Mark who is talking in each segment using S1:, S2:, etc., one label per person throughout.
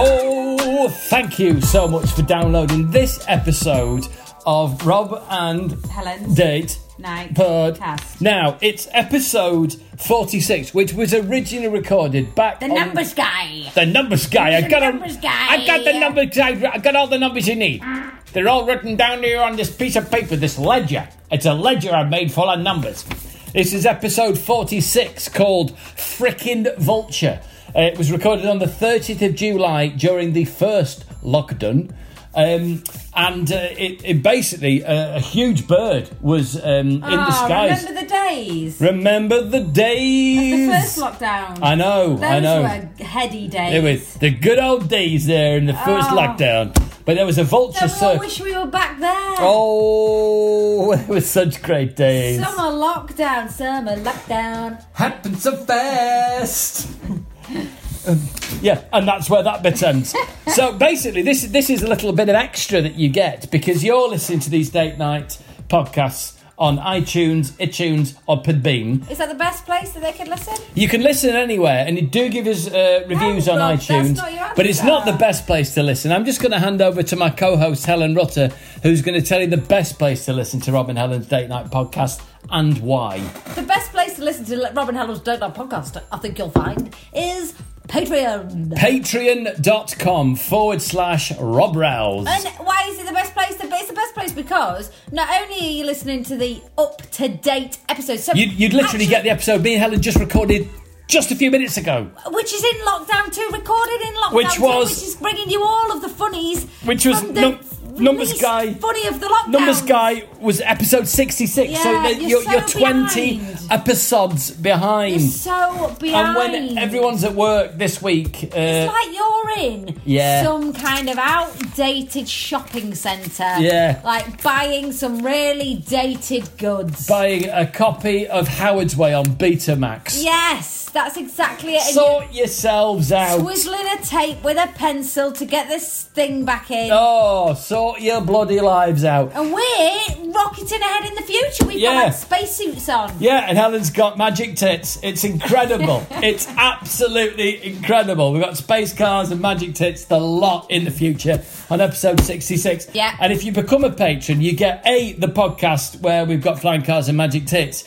S1: Oh, thank you so much for downloading this episode of Rob and
S2: Helen.
S1: Date
S2: Night.
S1: Podcast.
S2: Cast.
S1: Now, it's episode 46, which was originally recorded back
S2: The
S1: on-
S2: numbers guy.
S1: The numbers guy. I
S2: The
S1: got 'em-
S2: numbers guy.
S1: I got the numbers guy. I got all the numbers you need. They're all written down here on this piece of paper, this ledger. It's a ledger I made full of numbers. This is episode 46 called Frickin' Vulture. Uh, it was recorded on the 30th of July during the first lockdown. Um, and uh, it, it basically, uh, a huge bird was um, in the
S2: Ah,
S1: skies.
S2: remember the days.
S1: Remember the
S2: The
S1: days.
S2: first lockdown.
S1: I know,
S2: Those
S1: I know.
S2: were heady days.
S1: It was the good old days there in the first
S2: Oh.
S1: lockdown. But there Ah. was a vulture
S2: Don't we all
S1: circle.
S2: wish we were back there.
S1: Oh, it was such great days.
S2: Summer lockdown, summer lockdown.
S1: Happened so fast. Um, yeah, and that's where that bit ends. so basically, this this is a little bit of extra that you get because you're listening to these date night podcasts on iTunes, iTunes, or Podbean.
S2: Is that the best place that they could listen?
S1: You can listen anywhere, and you do give us uh, reviews
S2: No,
S1: on
S2: Rob, that's
S1: iTunes,
S2: not your
S1: but it's
S2: answer.
S1: not the best place to listen. I'm just going to hand over to my co-host Helen Rutter, who's going to tell you the best place to listen to Robin Helen's Date Night podcast and why.
S2: The best place to listen to Robin Hellen's Don't Know podcast, I think you'll find, is Patreon.
S1: Patreon.com forward slash Rob Rouse.
S2: And why is it the best place? To be? It's the best place because not only are you listening to the up to date episodes, so
S1: You'd, you'd literally
S2: actually-
S1: get the episode me and Helen just recorded just a few minutes ago,
S2: which is in lockdown two, recorded in lockdown
S1: Which
S2: two,
S1: was-
S2: which is bringing you all of the funnies,
S1: Which was
S2: from the
S1: num- numbers
S2: least
S1: guy-
S2: funny of the lockdown.
S1: Numbers Guy was episode 66, so,
S2: um, Yeah,
S1: that
S2: you're
S1: you're,
S2: so
S1: you're 20
S2: behind.
S1: episodes behind.
S2: You're so
S1: And
S2: behind.
S1: when everyone's at work this week, uh,
S2: It's like you're in
S1: Yeah.
S2: some kind of outdated shopping centre.
S1: Yeah.
S2: Like buying some really dated goods.
S1: buying a copy of Howard's Way on Betamax.
S2: yes, that's exactly it. And
S1: Sort yourselves
S2: you're
S1: out.
S2: swizzling a tape with a pencil to get this thing back in.
S1: Oh, sort your bloody lives out.
S2: And we're rocketing ahead in the future. We've
S1: Yeah.
S2: got like spacesuits on.
S1: Yeah, and Helen's got magic tits. It's incredible. it's absolutely incredible. We've got space cars and magic tits, the lot in the future on episode 66.
S2: Yeah.
S1: And if you become a patron, you get A, the podcast where we've got flying cars and magic tits,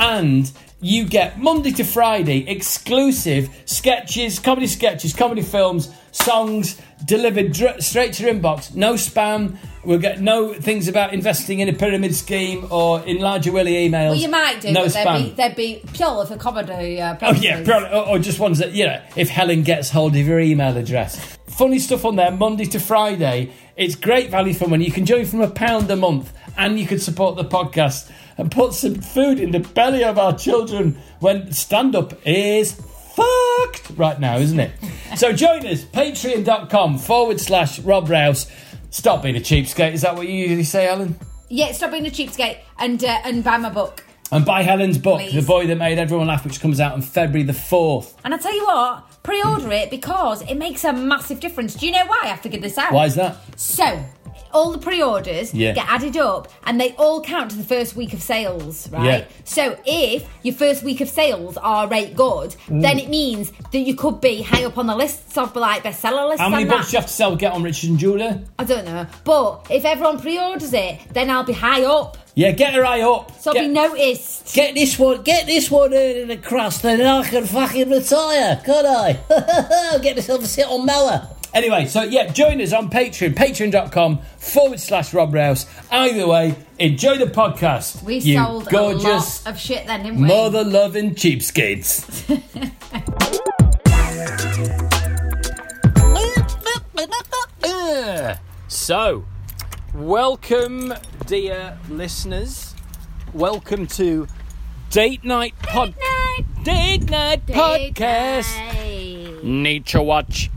S1: and you get Monday to Friday exclusive sketches, comedy sketches, comedy films, songs delivered dr- straight to your inbox. No spam. We'll get no things about investing in a pyramid scheme or in larger Willy emails.
S2: Well, you might do,
S1: No
S2: but
S1: spam.
S2: they'd be, they'd be pure for comedy uh,
S1: Oh
S2: purposes.
S1: yeah, probably, or, or just ones that you know. If Helen gets hold of your email address, funny stuff on there Monday to Friday. It's great value for money. You can join from a pound a month, and you can support the podcast and put some food in the belly of our children when stand up is fucked right now, isn't it? so join us patreon.com forward slash Rob Rouse. Stop being a cheapskate. Is that what you usually say, Helen?
S2: Yeah, stop being a cheapskate and uh, and buy my book.
S1: And buy Helen's book,
S2: Please.
S1: The Boy That Made Everyone Laugh, which comes out on February the fourth.
S2: And I tell you what, pre-order it because it makes a massive difference. Do you know why I figured this out?
S1: Why is that?
S2: So. All the pre-orders
S1: Yeah.
S2: get added up, and they all count to the first week of sales, right?
S1: Yeah.
S2: So if your first week of sales are rate good, then it means that you could be high up on the lists of like bestseller lists.
S1: How many
S2: and
S1: books
S2: that.
S1: do you have to sell to get on Richard and Julia?
S2: I don't know, but if everyone pre-orders it, then I'll be high up,
S1: Yeah, get her eye up.
S2: so I'll
S1: get,
S2: be noticed.
S1: get this one, get this one in and across, then I can fucking retire, can I? get myself a sit on Mella. Anyway, so yeah, join us on Patreon, patreon.com forward slash Rob Rouse. Either way, enjoy the podcast.
S2: We
S1: you
S2: sold
S1: gorgeous
S2: a lot of shit then, didn't we?
S1: mother loving cheapskates. so, welcome, dear listeners. Welcome to Date Night Pod. Date Night Podcast. Nature Watch.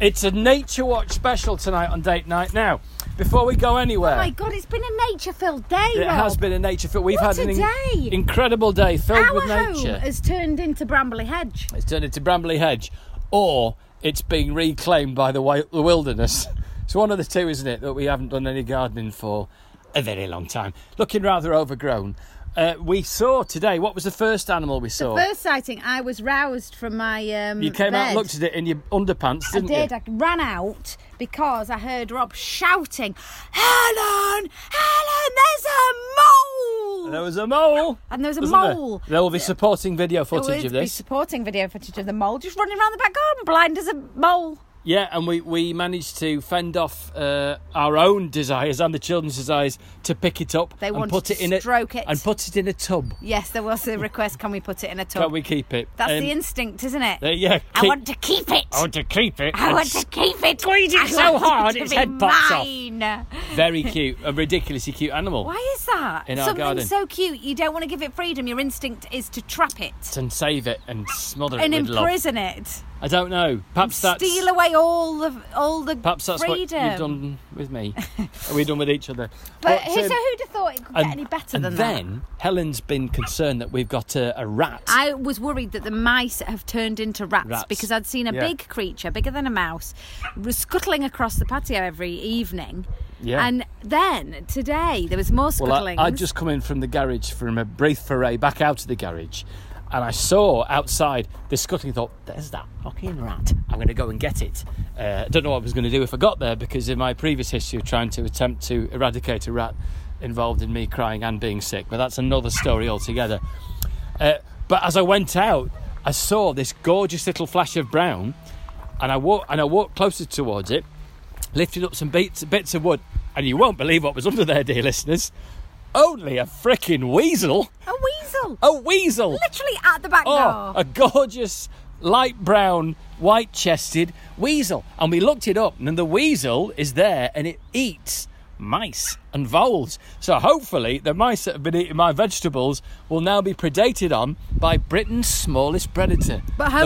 S1: It's a Nature Watch special tonight on Date Night. Now, before we go anywhere,
S3: Oh my god, it's been a nature filled day,
S1: it
S3: Rob.
S1: has been a nature filled. We've
S3: What
S1: had an
S3: a day.
S1: incredible day filled
S3: Our
S1: with nature.
S3: home has turned into Brambley Hedge.
S1: It's turned into Brambley Hedge, or it's being reclaimed by the, wi- the wilderness. It's one of the two, isn't it, that we haven't done any gardening for a very long time. Looking rather overgrown. uh, we saw today. What was the first animal we saw?
S2: First sighting, I was roused from my. Um,
S1: you came out,
S2: bed.
S1: and looked at it in your underpants,
S2: I
S1: didn't you?
S2: did. I ran out because I heard Rob shouting, "Helen, Helen, there's a mole!"
S1: There was a mole.
S2: And there was a
S1: wasn't there?
S2: mole.
S1: There will be supporting video
S2: There
S1: footage
S2: would
S1: of
S2: be
S1: this.
S2: supporting video footage of the mole just running around the back garden, blind as a mole.
S1: Yeah, and we, we managed to fend off uh, our own desires and the children's desires to pick it up
S2: They
S1: and
S2: wanted
S1: put it
S2: to
S1: in a
S2: stroke it.
S1: and put it in a tub.
S2: Yes, there was a request. Can we put it in a tub?
S1: Can we keep it?
S2: Oh. That's
S1: Um, Oh,
S2: the instinct, isn't it?
S1: uh, yeah,
S2: I
S1: keep-
S2: want to keep it.
S1: I want to keep it.
S2: I want to keep it.
S1: Squeeze it
S2: I
S1: so
S2: want
S1: hard
S2: to
S1: its
S2: be
S1: head pops off.
S2: mine.
S1: Very cute, a ridiculously cute animal.
S2: Why is that?
S1: In our
S2: Something
S1: garden.
S2: so cute, you don't want to give it freedom. Your instinct is to trap it
S1: And save it and smother
S2: and
S1: it with love.
S2: imprison it,
S1: I don't know. Perhaps that's
S2: steal away all the all the
S1: perhaps that's
S2: freedom.
S1: what you've done with me. Are we done with each other? But,
S2: But who, so
S1: um,
S2: who'd have thought it could get any better
S1: and
S2: than that?
S1: then Helen's been concerned that we've got a, a rat.
S2: I was worried that the mice have turned into rats,
S1: Rats.
S2: because I'd seen a
S1: Yeah.
S2: big creature, bigger than a mouse, r- scuttling across the patio every evening.
S1: Yeah.
S2: And then today there was more
S1: Well, I,
S2: scuttling.
S1: I'd just come in from the garage from a brief foray back out of the garage, and I saw outside this scuttling. Thought, "There's that fucking rat. I'm going to go and get it." Uh, I don't know what I was going to do if I got there because in my previous history of trying to attempt to eradicate a rat involved in me crying and being sick, but that's another story altogether. Uh, but as I went out, I saw this gorgeous little flash of brown, and I walked and I walked closer towards it, lifted up some bits, bits of wood, and you won't believe what was under there, dear listeners. Only a frickin' weasel.
S2: a weasel,
S1: A weasel.
S2: literally at the back
S1: Oh,
S2: door.
S1: a gorgeous light brown, white chested weasel. And we looked it up, and the weasel is there and it eats mice and voles. So hopefully, the mice that have been eating my vegetables will now be predated on by Britain's smallest predator,
S2: but hopefully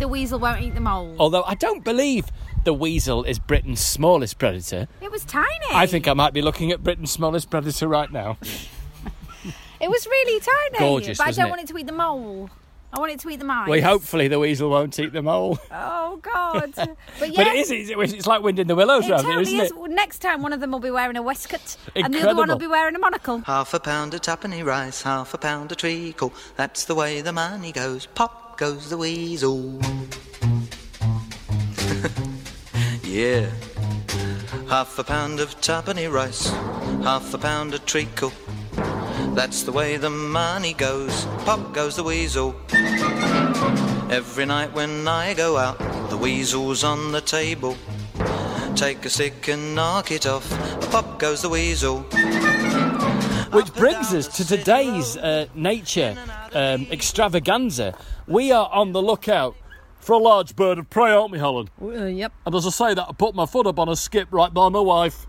S1: the weasel. Oh.
S2: won't eat the mole.
S1: Although I don't believe the weasel is Britain's smallest predator.
S2: It was tiny.
S1: I think I might be looking at Britain's smallest predator right now.
S2: it was really tiny.
S1: Gorgeous,
S2: but I
S1: wasn't
S2: don't
S1: it?
S2: want it to eat the mole. I want it to eat the mice.
S1: Well, hopefully the weasel won't eat the mole.
S2: Oh God! But, yeah,
S1: But it is, it's, it's like wind in the willows
S2: It
S1: round here,
S2: totally
S1: isn't
S2: is.
S1: it?
S2: Well, Next time, one of them will be wearing a waistcoat, and the other one
S1: Incredible.
S2: will be wearing a monocle.
S4: Half a pound of tuppenny rice, half a pound of treacle. That's the way the money goes. Pop goes the weasel. yeah. Half a pound of tuppenny rice, half a pound of treacle. That's the way the money goes. Pop goes the weasel. Every night when I go out, the weasel's on the table. Take a stick and knock it off. Pop goes the weasel.
S1: Which brings us to today's uh, nature um, extravaganza. We are on the lookout for a large bird of prey, aren't we, Helen?
S2: yep.
S1: And as I say that, I put my foot up on a skip right by my wife.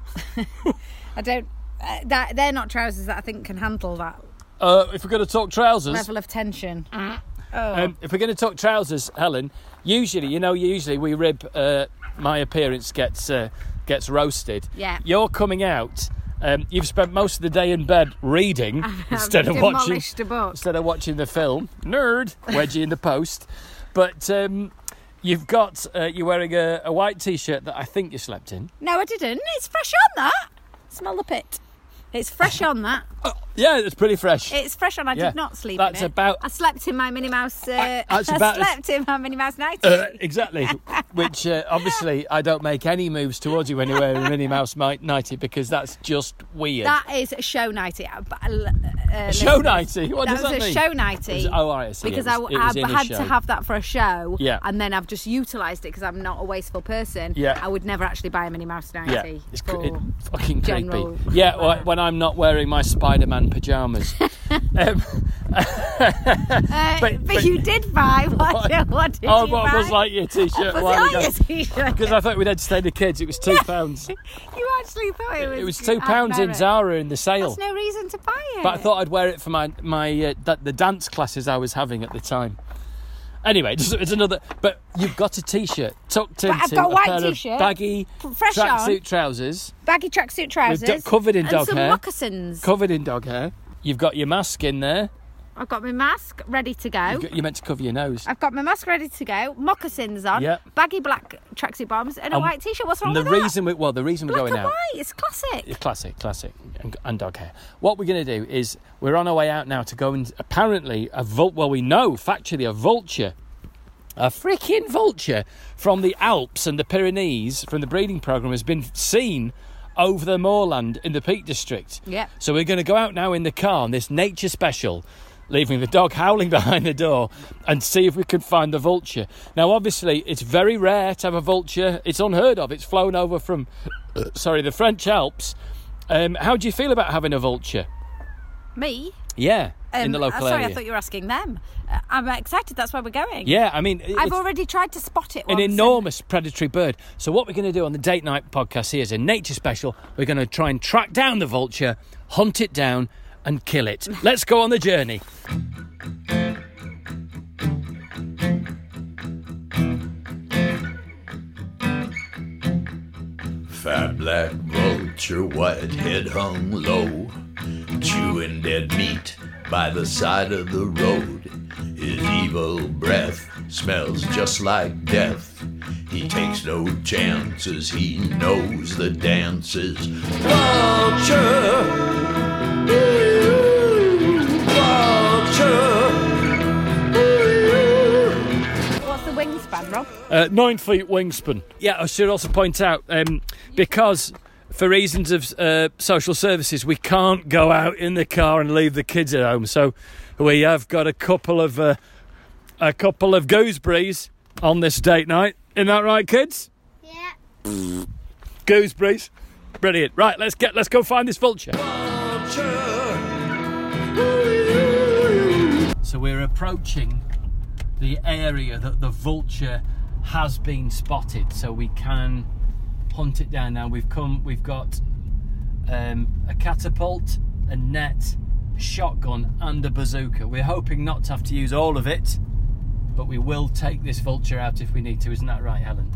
S2: I don't. Uh, that they're not trousers that I think can handle that
S1: Uh, if we're going to talk trousers,
S2: level of tension.
S1: um, if we're going to talk trousers, Helen, usually, you know, usually we rib. Uh, my appearance gets uh, gets roasted.
S2: Yeah.
S1: You're coming out. Um, you've spent most of the day in bed reading instead of watching
S2: Demolished a book.
S1: instead of watching the film. Nerd, wedgie in the post. But um, you've got uh, you're wearing a, a white t-shirt that I think you slept in.
S2: No, I didn't. It's fresh on that. Smell the pit. It's fresh on that.
S1: Yeah, it's pretty fresh.
S2: It's fresh on. I
S1: Yeah,
S2: did not sleep.
S1: that's
S2: in it.
S1: about-
S2: I slept in my Minnie Mouse. Uh, I
S1: that's about as-
S2: slept in my Minnie Mouse night.
S1: Uh, exactly. Which uh, obviously I don't make any moves towards you when you're wearing a Minnie Mouse mi- nightie because that's just weird.
S2: that is a show nighty. Uh, but, uh,
S1: show
S2: listen,
S1: nightie. What
S2: that
S1: does
S2: was
S1: that
S2: a
S1: mean?
S2: show nighty.
S1: It was- oh, right, I see. It
S2: Because
S1: was-
S2: I,
S1: it was in
S2: I
S1: a
S2: had
S1: show.
S2: to have that for a show.
S1: Yeah.
S2: And then I've just utilised it because I'm not a wasteful person.
S1: Yeah.
S2: I would never actually buy a Minnie Mouse
S1: Yeah,
S2: nighty.
S1: it's cre-
S2: for-
S1: it, fucking
S2: general-
S1: creepy. Yeah, wh- when I'm not wearing my Spider-Man pajamas. um,
S2: Uh, but,
S1: but- but-
S2: you did buy what? What, did
S1: oh,
S2: you
S1: but
S2: buy?
S1: I was like your t-shirt.
S2: Was
S1: a while
S2: it
S1: ago.
S2: on your t-shirt?
S1: Because I thought we'd entertain the kids. It was two pounds.
S2: you actually thought it was.
S1: It was two pounds in Zara in the sale.
S2: There's no reason to buy it.
S1: but I thought I'd wear it for my my uh, that, the dance classes I was having at the time. Anyway, just, it's another. But you've got a t-shirt tucked into
S2: I've got a white
S1: pair
S2: t-shirt,
S1: of baggy
S2: fresh on.
S1: tracksuit trousers,
S2: baggy tracksuit trousers
S1: covered in
S2: and
S1: dog
S2: some
S1: hair.
S2: moccasins.
S1: covered in dog hair. You've got your mask in there.
S2: I've got my mask ready to go.
S1: You're meant to cover your nose.
S2: I've got my mask ready to go, moccasins on,
S1: Yep.
S2: baggy black tracksuit bottoms, and a
S1: And-
S2: white t-shirt. What's wrong
S1: and the
S2: with
S1: reason we well the reason
S2: that?
S1: we're going
S2: Black and
S1: out
S2: white, it's classic.
S1: Yeah, classic classic and, and dog hair what we're going to do is we're on our way out now to go and apparently a vul- well we know factually a vulture a freaking vulture from the alps and the pyrenees from the breeding program has been seen over the moorland in the peak district
S2: Yep.
S1: so we're going to go out now in the car on this nature special leaving the dog howling behind the door and see if we can find the vulture now obviously it's very rare to have a vulture it's unheard of it's flown over from sorry the french alps um, how do you feel about having a vulture
S2: Me?
S1: yeah in
S2: Um,
S1: the
S2: uh,
S1: local
S2: sorry,
S1: area
S2: I thought you were asking them. Uh, I'm excited. That's where we're going.
S1: yeah i mean
S2: I've
S1: it's-
S2: already tried to spot it.
S1: an
S2: once and-
S1: enormous predatory bird. So what we're going to do on the date night podcast here is a nature special. We're going to try and track down the vulture, hunt it down, and kill it. Let's go on the journey.
S5: Fat black vulture, white head hung low, chewing dead meat by the side of the road. His evil breath smells just like death. He takes no chances, he knows the dances. Vulture! Ooh, vulture!
S2: What's the wingspan, Rob?
S1: Uh, nine feet wingspan. Yeah, I should also point out um, because for reasons of uh, social services, we can't go out in the car and leave the kids at home. So we have got a couple of uh, a couple of gooseberries on this date night. Isn't that right, kids?
S6: Yeah.
S1: gooseberries. Brilliant. Right, let's get let's go find this vulture. So we're approaching the area that the vulture has been spotted, so we can hunt it down. Now we've come, we've got um, a catapult, a net, a shotgun, and a bazooka. We're hoping not to have to use all of it, but we will take this vulture out if we need to. Isn't that right, Helen?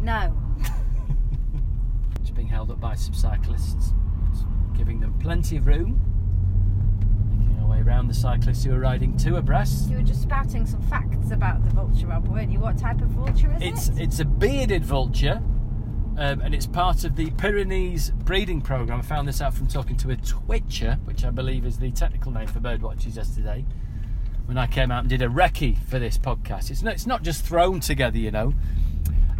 S2: No.
S1: It's being held up by some cyclists, It's giving them plenty of room. Making our way around the cyclists who are riding two abreast.
S2: You were just spouting some facts about the vulture, Rob, weren't you? What type of vulture is
S1: It's
S2: it?
S1: it's a bearded vulture, um, and it's part of the Pyrenees breeding program. I found this out from talking to a twitcher, which I believe is the technical name for birdwatchers yesterday. When I came out and did a recce for this podcast, it's not it's not just thrown together, you know.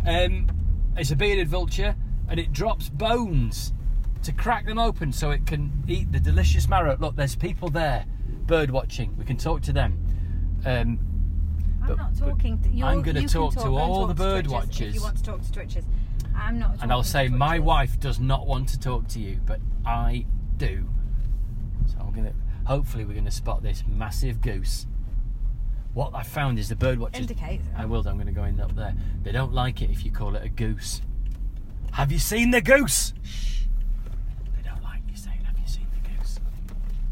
S1: Um, it's a bearded vulture, and it drops bones to crack them open so it can eat the delicious marrow. Look, there's people there, bird watching. We can talk to them. Um,
S2: I'm
S1: but-
S2: not
S1: but
S2: talking. To, you're,
S1: I'm gonna
S2: you can
S1: talk to
S2: go and
S1: all
S2: talk
S1: the
S2: to
S1: bird
S2: twitchers If you
S1: watchers.
S2: want to talk to twitches, I'm not.
S1: and I'll
S2: talking to
S1: say my
S2: twitchers.
S1: wife does not want to talk to you, but I do. So I'm gonna. Hopefully, we're gonna spot this massive goose. What I found is the bird watchers.
S2: Indicates.
S1: I will. I'm gonna go in up there. They don't like it if you call it a goose. Have you seen the goose? They don't like you saying. Have you seen the goose?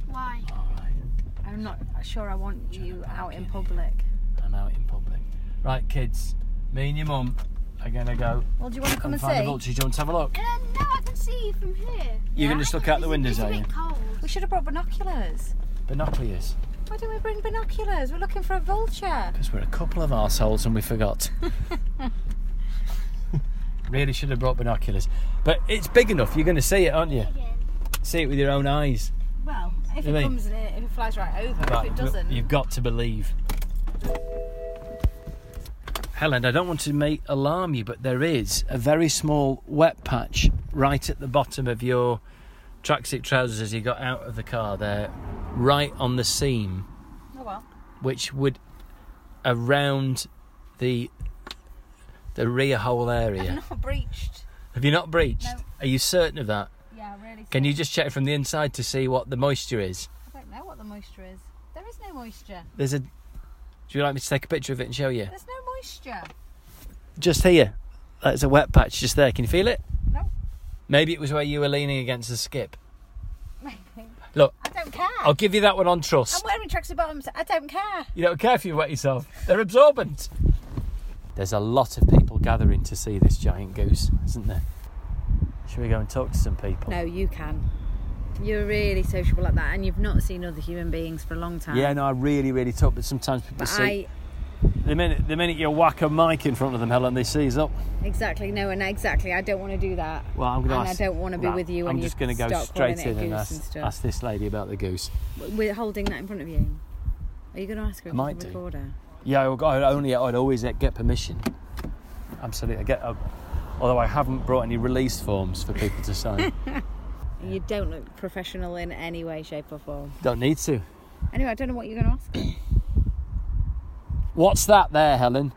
S6: Why?
S1: All right.
S2: I'm not sure I want you out in public.
S1: I'm out in public. Right, kids. Me and your mum are gonna go
S2: Well, do you want to come
S1: and
S2: and,
S1: find the
S2: see?
S1: vulture. Do you want to have a look?
S6: Uh, no, I can see you from here.
S1: You can just look out the windows,
S6: it's a
S1: are you?
S6: bit cold.
S2: We should have brought binoculars.
S1: Binoculars.
S2: Why don't we bring binoculars? We're looking for a vulture.
S1: Because we're a couple of arseholes and we forgot. really should have brought binoculars. But it's big enough, you're going to see it, aren't you? See it with your own eyes.
S2: Well, if
S1: You
S2: it
S1: mean?
S2: comes in, if it flies right over,
S1: Right,
S2: if it
S1: well,
S2: doesn't,
S1: You've got to believe. Helen, I don't want to make alarm you, but there is a very small wet patch right at the bottom of your tracksuit trousers as you got out of the car there, right on the seam.
S2: oh well.
S1: which would around the the rear hole area.
S2: Not breached.
S1: Have you not breached?
S2: No.
S1: Are you certain of that?
S2: Yeah, really.
S1: Can you just check from the inside to see what the moisture is?
S2: I don't know what the moisture is. There is no moisture.
S1: There's a. Do you like me to take a picture of it and show you?
S2: There's no moisture.
S1: Just here. That's a wet patch just there. Can you feel it?
S2: No.
S1: Maybe it was where you were leaning against the skip.
S2: Maybe.
S1: Look,
S2: I don't care.
S1: I'll give you that one on
S2: I'm
S1: trust.
S2: wearing tracksuit bottoms. I don't care.
S1: You don't care if you wet yourself. They're absorbent. There's a lot of people gathering to see this giant goose, isn't there? Should we go and talk to some people?
S2: No, you can. You're really sociable like that, and you've not seen other human beings for a long time.
S1: Yeah, no, I really, really top, but sometimes people
S2: But
S1: see.
S2: I
S1: The minute the minute you whack a mic in front of them, Helen, they seize up.
S2: exactly no, and exactly I don't want to do that.
S1: Well, I'm going to
S2: And
S1: ask.
S2: I don't want to be
S1: Right,
S2: with you.
S1: I'm
S2: and
S1: just
S2: going
S1: gonna
S2: to
S1: go straight in and
S2: goose
S1: ask,
S2: and
S1: ask
S2: stuff.
S1: this lady about the goose.
S2: We're holding that in front of you. Are you going to ask her? If
S1: might
S2: it's a
S1: do.
S2: recorder?
S1: Yeah, I I only I'd always get permission. Absolutely, I get. I, although I haven't brought any release forms for people to sign.
S2: You don't look professional in any way, shape, or form.
S1: don't need to.
S2: Anyway, I don't know what you're going to ask. her.
S1: What's that there, Helen?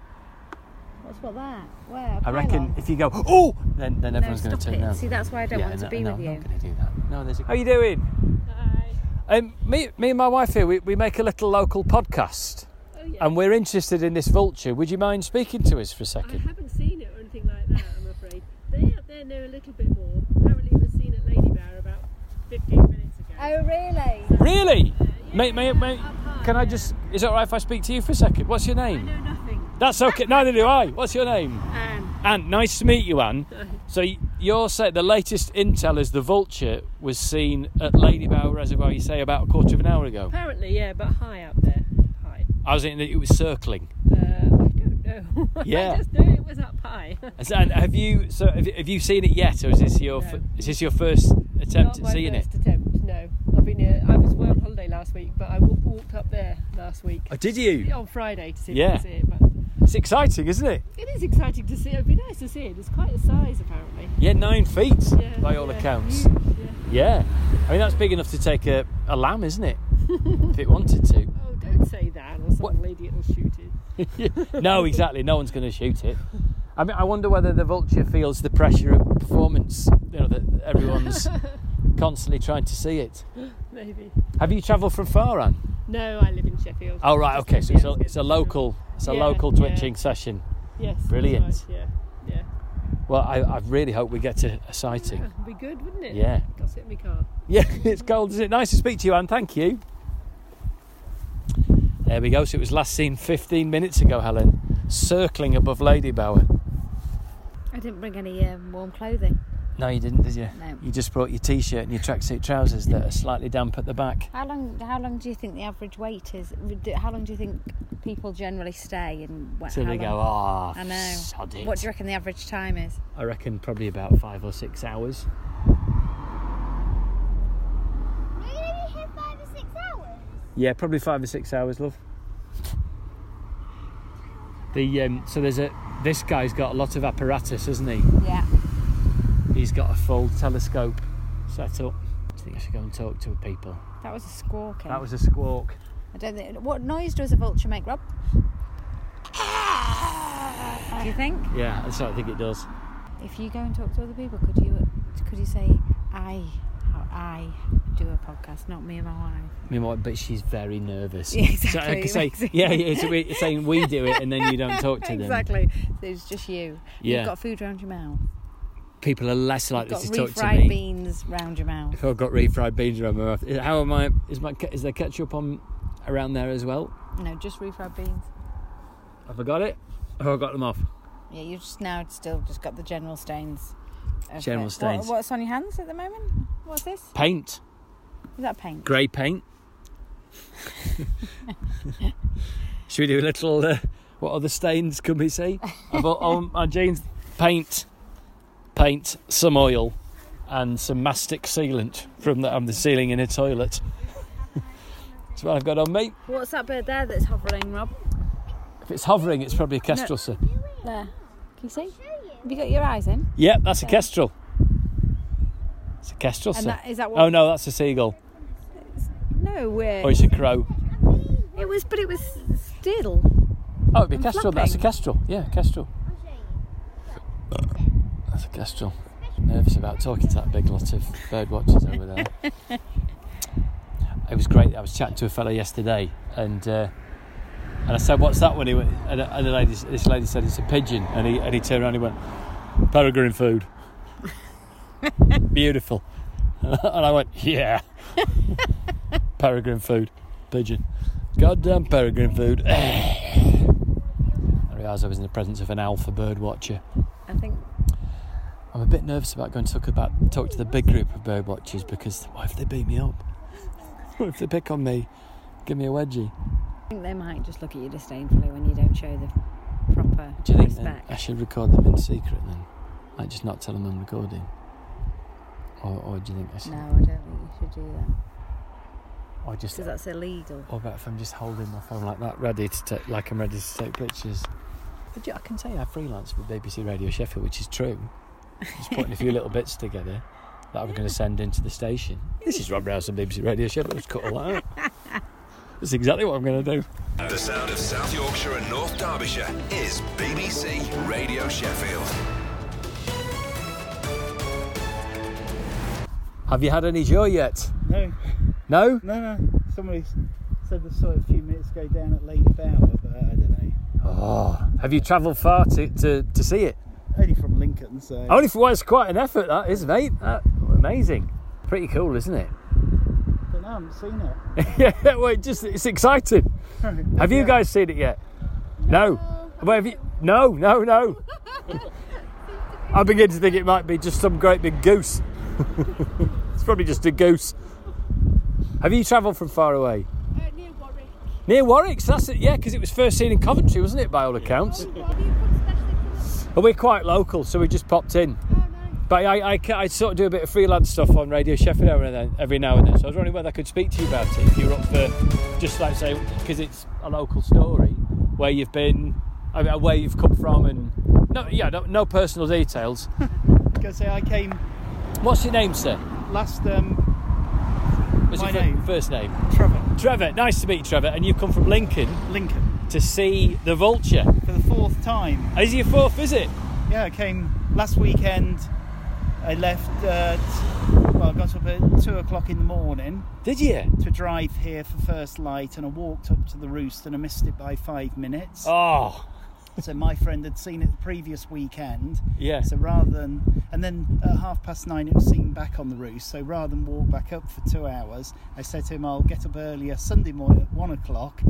S2: What's what that? Where?
S1: I
S2: A
S1: reckon
S2: pylon?
S1: if you go, oh, then then
S2: No,
S1: everyone's going
S2: stop
S1: to
S2: it.
S1: turn around.
S2: See, that's why I don't want to be
S1: no,
S2: with
S1: I'm
S2: you.
S1: not going to do that. No, there's a... How you doing? Hi. Um, me, me and my wife here, we, we make a little local podcast.
S7: Oh,
S1: And we're interested in this vulture. Would you mind speaking to us for a
S7: I
S1: second?
S7: haven't seen it or anything like that, I'm afraid. They out there know a little bit more. Apparently, it was seen at Lady Bower about 15 minutes ago.
S2: Oh really?
S1: Really? May, may, may,
S7: up high,
S1: can I
S7: yeah.
S1: just? Is it alright if I speak to you for a second? What's your
S7: I
S1: name?
S7: know nothing.
S1: That's okay. Neither do I. What's your name?
S7: Anne,
S1: Anne. Nice to meet you, Anne. So y- you're saying the latest intel is the vulture was seen at Lady Bower Reservoir. You say about a quarter of an hour ago.
S7: apparently, yeah, but high up there. High.
S1: I was thinking that it was circling.
S7: Uh, I don't know.
S1: Yeah.
S7: I just know it was up high.
S1: And so- And have you so have you- have you seen it yet, or is this your f
S7: No.
S1: is this your first attempt
S7: Not
S1: at
S7: my
S1: seeing
S7: first
S1: it?
S7: attempt. No, I've been here. I was away on holiday last week, but I wa- walked up there last week
S1: Oh, did you?
S7: on Friday to see if
S1: Yeah.
S7: I could see it. But
S1: It's exciting, isn't it?
S7: it is exciting to see. It'd be nice to see it. It's quite a size, apparently.
S1: Yeah, nine feet
S7: Yeah,
S1: by all
S7: yeah,
S1: accounts.
S7: huge, yeah.
S1: Yeah, I mean that's big enough to take a, a lamb, isn't it? if it wanted to.
S7: Oh, don't say that, or some
S1: What?
S7: lady will shoot it.
S1: No, exactly. No one's going to shoot it. I mean, I wonder whether the vulture feels the pressure of performance. You know that everyone's constantly trying to see it.
S7: Maybe.
S1: Have you travelled from far, Anne?
S7: No, I live in Sheffield.
S1: Oh right,
S7: Just
S1: okay. So it's a,
S7: outside
S1: it's a
S7: Sheffield.
S1: local it's a
S7: Yeah,
S1: local
S7: yeah.
S1: twitching session.
S7: Yes. that's
S1: Brilliant.
S7: right, Yeah. Yeah.
S1: Well, I, I really hope we get a, a sighting.
S7: It'd be good, wouldn't it?
S1: Yeah.
S7: Got sit in my car.
S1: Yeah, it's cold, is it? Nice to speak to you, Anne. Thank you. There we go. So it was last seen 15 minutes ago, Helen, circling above Lady Bower.
S2: I didn't bring any um, warm clothing.
S1: No, you didn't, did you?
S2: No.
S1: You just brought your t-shirt and your tracksuit trousers that are slightly damp at the back.
S2: How long? How long do you think the average wait is? Do- How long do you think people generally stay? And what,
S1: So
S2: how
S1: they go, ah,
S2: long- I know.
S1: sod it.
S2: What do you reckon the average time is?
S1: I reckon probably about five or six hours.
S6: Really? Here five or six hours?
S1: Yeah, probably five or six hours, love. The um, so there's a this guy's got a lot of apparatus, hasn't he?
S2: Yeah.
S1: He's got a full telescope set up. I think I should go and talk to people.
S2: That was a squawking.
S1: That was a squawk.
S2: I don't think. What noise does a vulture make, Rob? Do you think?
S1: Yeah, that's what I think it does.
S2: If you go and talk to other people, could you could you say I how I do a podcast, not me and my wife?
S1: I mean, what, but she's very nervous.
S2: Yeah,
S1: So I
S2: exactly.
S1: could say, yeah, yeah, it's, we- it's saying we do it and then you don't talk to them.
S2: Exactly. So it's just you.
S1: Yeah.
S2: You've got food round your mouth.
S1: People are less
S2: You've
S1: likely
S2: got
S1: to talk to
S2: refried
S1: me.
S2: beans round your mouth.
S1: If I've got refried beans around my mouth, how am I? Is my is there ketchup on around there as well?
S2: No, just refried beans.
S1: Have I got it? Have I got them off?
S2: Yeah, you've just now still just got the general stains. of
S1: General
S2: it. What-
S1: stains.
S2: what's on your hands at the moment? What's this?
S1: Paint,
S2: Is that paint?
S1: grey paint. Should we do a little? Uh, what other stains can we see? I've got on my jeans, paint, paint, some oil, and some mastic sealant from that I'm the sealing in a toilet. That's what I've got on me.
S2: What's that bird there that's hovering, Rob?
S1: If it's hovering, it's probably a kestrel. sir.
S2: There. Can you see? Have you got your eyes in?
S1: Yep, that's a kestrel. It's a kestrel.
S2: And
S1: sir.
S2: that is that what?
S1: Oh no, that's a seagull.
S2: No way.
S1: Or it's a crow.
S2: It was, but it was still.
S1: Oh, it'd be a
S2: I'm
S1: kestrel. That's a
S2: flapping.
S1: kestrel. Yeah, a kestrel. That's a kestrel. Nervous about talking to that big lot of bird watchers over there. It was great. I was chatting to a fellow yesterday, and uh, and I said, "What's that?" When he went, and, a- and the lady, this lady said, "It's a pigeon," and he and he turned around and he went, "Peregrine food." Beautiful, and I went, "Yeah, peregrine food, pigeon, goddamn peregrine food." I realised I was in the presence of an alpha bird watcher.
S2: I think
S1: I'm a bit nervous about going to talk about talk to the big group of bird watchers because what if they beat me up? What if they pick on me? Give me a wedgie.
S2: I think they might just look at you disdainfully when you don't show the proper
S1: Do you think then
S2: respect.
S1: I should record them in secret then? Like just not tell them I'm recording? Or, or do you think I should?
S2: No, I don't think you should do that
S1: Or just
S2: because that's illegal.
S1: Or about if I'm just holding my phone like that, ready to take, like I'm ready to take pictures. But yeah, I can say I freelance for BBC Radio Sheffield, which is true. Just putting a few little bits together that I'm going to send into the station. This is Rob Rouse on BBC Radio Sheffield. Let's cut all that out. That's exactly what I'm going to do.
S8: The sound of South Yorkshire and North Derbyshire is BBC Radio Sheffield.
S1: Have you had any joy yet?
S9: No,
S1: No?
S9: no, no. Somebody s- said the sort of a few minutes ago down at Lady Bower, but I don't know.
S1: Oh, have you travelled far to, to, to see it?
S9: Only from Lincoln, so
S1: Only for once, quite an effort, that is, mate. That, amazing. Pretty cool, isn't it?
S9: but no, I haven't seen it.
S1: yeah, well, it just it's exciting. Have you guys seen it yet? No. Well, have you? No, no, no. I begin to think it might be just some great big goose. it's probably just a goose. Have you travelled from far away?
S10: Uh, near Warwick.
S1: Near Warwick, so that's it, yeah, because it was first seen in Coventry, wasn't it, by all accounts?
S6: Have you come specially for this?
S1: And we're quite local, so we just popped in.
S6: Oh, no.
S1: But I, I, ca- I sort of do a bit of freelance stuff on Radio Sheffield every now, and then, every now and then. So I was wondering whether I could speak to you about it if you were up for just like say because it's a local story where you've been, I mean, where you've come from, and no, yeah, no, no personal details.
S9: Because say I came
S1: What's your name, sir?
S9: last um,
S1: What's
S9: My
S1: your fir-
S9: name?
S1: first name?
S9: Trevor
S1: Trevor. Nice to meet you, Trevor. And you've come from Lincoln
S9: Lincoln
S1: to see the vulture.
S9: for the fourth time.
S1: Is it your fourth visit?
S9: Yeah, I came last weekend. I left. Uh, t- well, I got up at two o'clock in the morning
S1: Did you?
S9: to drive here for first light, and I walked up to the roost and I missed it by five minutes.
S1: Oh,
S9: So my friend had seen it the previous weekend.
S1: Yeah.
S9: So rather than, and then at half past nine it was seen back on the roost. So rather than walk back up for two hours, I said to him, "I'll get up earlier Sunday morning at one o'clock,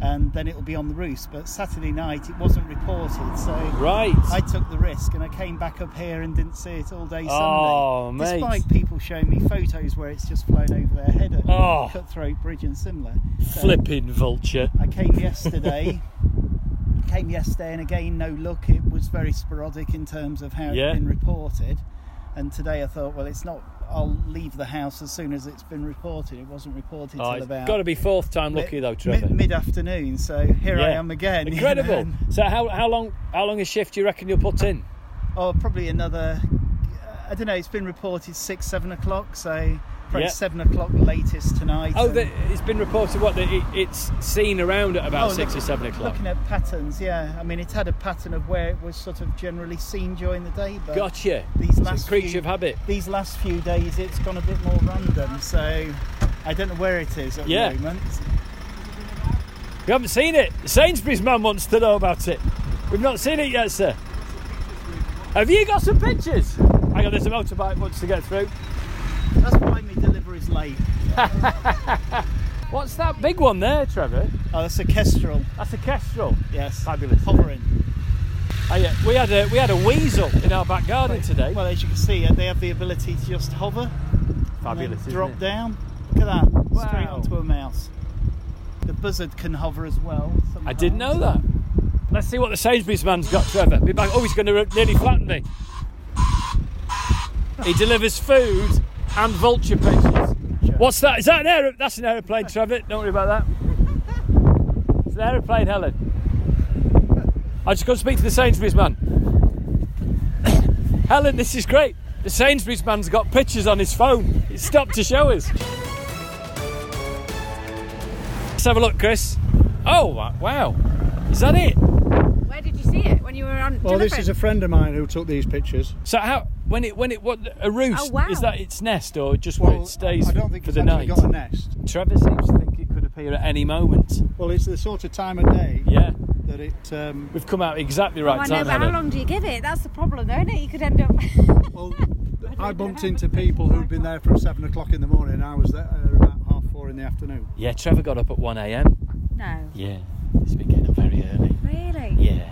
S9: and then it'll be on the roost." But Saturday night it wasn't reported, so
S1: right.
S9: I took the risk and I came back up here and didn't see it all day Sunday.
S1: Oh, mate.
S9: Despite people showing me photos where it's just flown over their head at
S1: Oh.
S9: Cutthroat Bridge and similar. So-
S1: Flipping vulture.
S9: I came yesterday. came yesterday, and again, no luck. It was very sporadic in terms of how
S1: Yeah.
S9: it's been reported. And today, I thought, well, it's not. I'll leave the house as soon as it's been reported. It wasn't reported
S1: Oh,
S9: till
S1: it's
S9: about.
S1: got to be fourth time lucky though, Trevor.
S9: Mid afternoon, so here I
S1: Yeah.
S9: am again. Um, you
S1: Incredible.
S9: know.
S1: So how, how long how long a shift do you reckon you'll put in?
S9: Or oh, probably another. I don't know. It's been reported six, seven o'clock. So probably
S1: Yeah.
S9: seven o'clock latest tonight.
S1: Oh,
S9: and-
S1: that it's been reported what that it, it's seen around at about
S9: Oh,
S1: six
S9: look-
S1: or seven o'clock.
S9: Looking at patterns, yeah. I mean, it had a pattern of where it was sort of generally seen during the day, but
S1: Gotcha.
S9: these
S1: It's a
S9: last
S1: creature
S9: few-
S1: of habit.
S9: these last few days it's gone a bit more random. So I don't know where it is at
S1: Yeah.
S9: the moment.
S1: You haven't seen it. Sainsbury's man wants to know about it. We've not seen it yet, sir. Have you got some pictures? Hang on, there's a motorbike wants to get through.
S9: That's why my delivery's late.
S1: What's that big one there, Trevor?
S9: Oh, that's a kestrel.
S1: That's a kestrel.
S9: Yes,
S1: Fabulous.
S9: hovering.
S1: Oh, yeah. We had a we had a weasel in our back garden today.
S9: Well, as you can see, they have the ability to just hover, and then
S1: Fabulous. isn't
S9: drop
S1: it?
S9: down. Look at that, straight
S1: Wow.
S9: onto a mouse. The buzzard can hover as well.
S1: I didn't know
S9: sometimes.
S1: that. Let's see what the Sainsbury's man's got, Trevor. Be back. Oh, he's going to nearly flatten me. He delivers food and vulture pictures. What's that? Is that an aeroplane? That's an aeroplane, Trevor. Don't worry about that. It's an aeroplane, Helen. I just go speak to the Sainsbury's man. Helen, this is great. The Sainsbury's man's got pictures on his phone. He stopped to show us. Let's have a look, Chris. Oh, wa- wow. Is that it?
S2: Where did you see it when you were on?
S9: Well, this is a friend of mine who took these pictures.
S1: So how when it when it what a roost
S2: Oh, wow.
S1: is that its nest or just where it stays
S9: I don't think
S1: for
S9: it's
S1: the
S9: actually
S1: night?
S9: got a nest.
S1: Trevor seems to think it could appear at any moment.
S9: Well, it's the sort of time of day
S1: Yeah,
S9: that it. Um,
S1: we've come out exactly right
S2: Oh, I know,
S1: time.
S2: but how
S1: Helen.
S2: long do you give it? That's the problem, though, isn't it? You could end up.
S9: well, I bumped into people who'd been there from seven o'clock in the morning. and I was there about half four in the afternoon.
S1: Yeah, Trevor got up at one a.m.
S2: no,
S1: Yeah, he's been getting up very early.
S2: really.
S1: Yeah,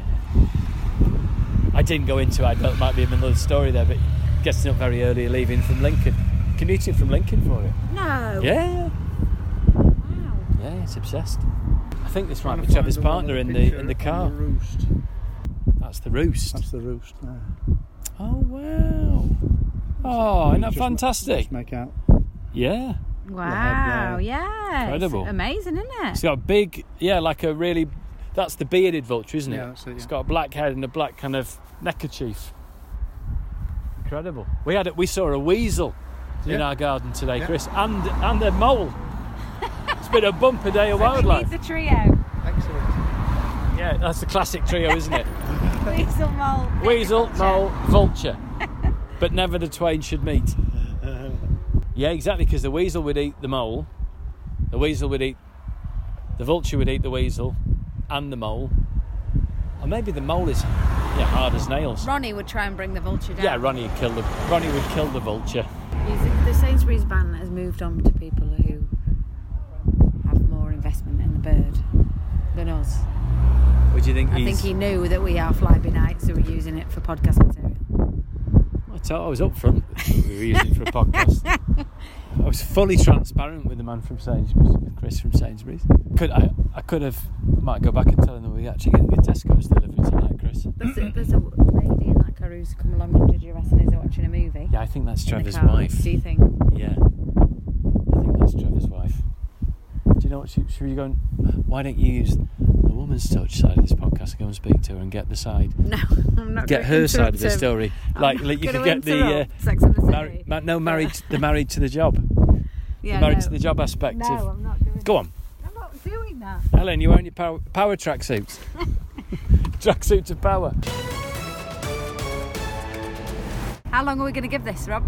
S1: I didn't go into. I felt it might be another story there, but getting up very early, leaving from Lincoln, commuting from Lincoln for it.
S2: No.
S1: Yeah. Yeah, it's obsessed. I think this might
S11: Trying
S1: be
S11: to
S1: Trevor's
S11: find the one
S1: partner
S11: with
S1: in
S11: the
S1: the
S11: picture
S1: in the
S11: on
S1: car.
S11: the roost.
S1: That's the roost.
S11: That's the roost. No.
S1: Oh wow! Oh, isn't that
S11: Just ma-
S1: fantastic?
S11: just make out.
S1: Yeah.
S2: Wow. Yeah. it's
S1: Incredible.
S2: Amazing, isn't it?
S1: It's got a big, yeah, like a really. That's the bearded vulture, isn't it?
S11: Yeah, that's it,
S1: It's
S11: yeah.
S1: got a black head and a black kind of neckerchief. Incredible. We had a, we saw a weasel in
S11: Yeah.
S1: our garden today,
S11: Yeah.
S1: Chris, and and a mole. it's been a bumper day of wildlife.
S2: It's a trio.
S11: Excellent.
S1: Yeah, that's the classic trio, isn't it?
S2: Weasel, mole,
S1: Weasel, mole, vulture. but never the twain should meet. Yeah, exactly, because the weasel would eat the mole, the weasel would eat, the vulture would eat the weasel and the mole. Or maybe the mole is yeah, hard as nails.
S2: Ronnie would try and bring the vulture down.
S1: Yeah, Ronnie would kill the, Ronnie would kill the vulture.
S2: Music- The Sainsbury's ban has moved on to people who have more investment in the bird than us.
S1: What do you think
S2: I
S1: he's...
S2: think he knew that we are fly by night, so we're using it for podcast material.
S1: I told- I was up front. We were using it for a podcast. I was fully transparent with the man from Sainsbury's, with Chris from Sainsbury's. Could I? I could have. Might go back and tell him that we actually getting a Tesco's delivery tonight, Chris.
S2: There's a, there's a lady in that car who's come along and did your lesson. Is watching a movie?
S1: Yeah, I think that's
S2: in the
S1: Trevor's
S2: car.
S1: wife.
S2: Do you think?
S1: Yeah, I think that's Trevor's wife. Do you know what? Should, should we go? And, why don't you use the woman's touch side of this podcast? Go and speak to her and get the side.
S2: No, I'm not.
S1: Get
S2: gonna
S1: her side of the
S2: interrupt him.
S1: story.
S2: I'm
S1: Like,
S2: not
S1: like you
S2: gonna
S1: could get the uh,
S2: interrupt Sex and the City.
S1: marri- ma- no married, the married to the job,
S2: yeah,
S1: married
S2: no.
S1: to the job aspect
S2: No,
S1: of.
S2: I'm not doing.
S1: Go on.
S2: I'm not doing that.
S1: Helen, you're wearing your power, power tracksuits. tracksuit to power.
S2: How long are we going to give this, Rob?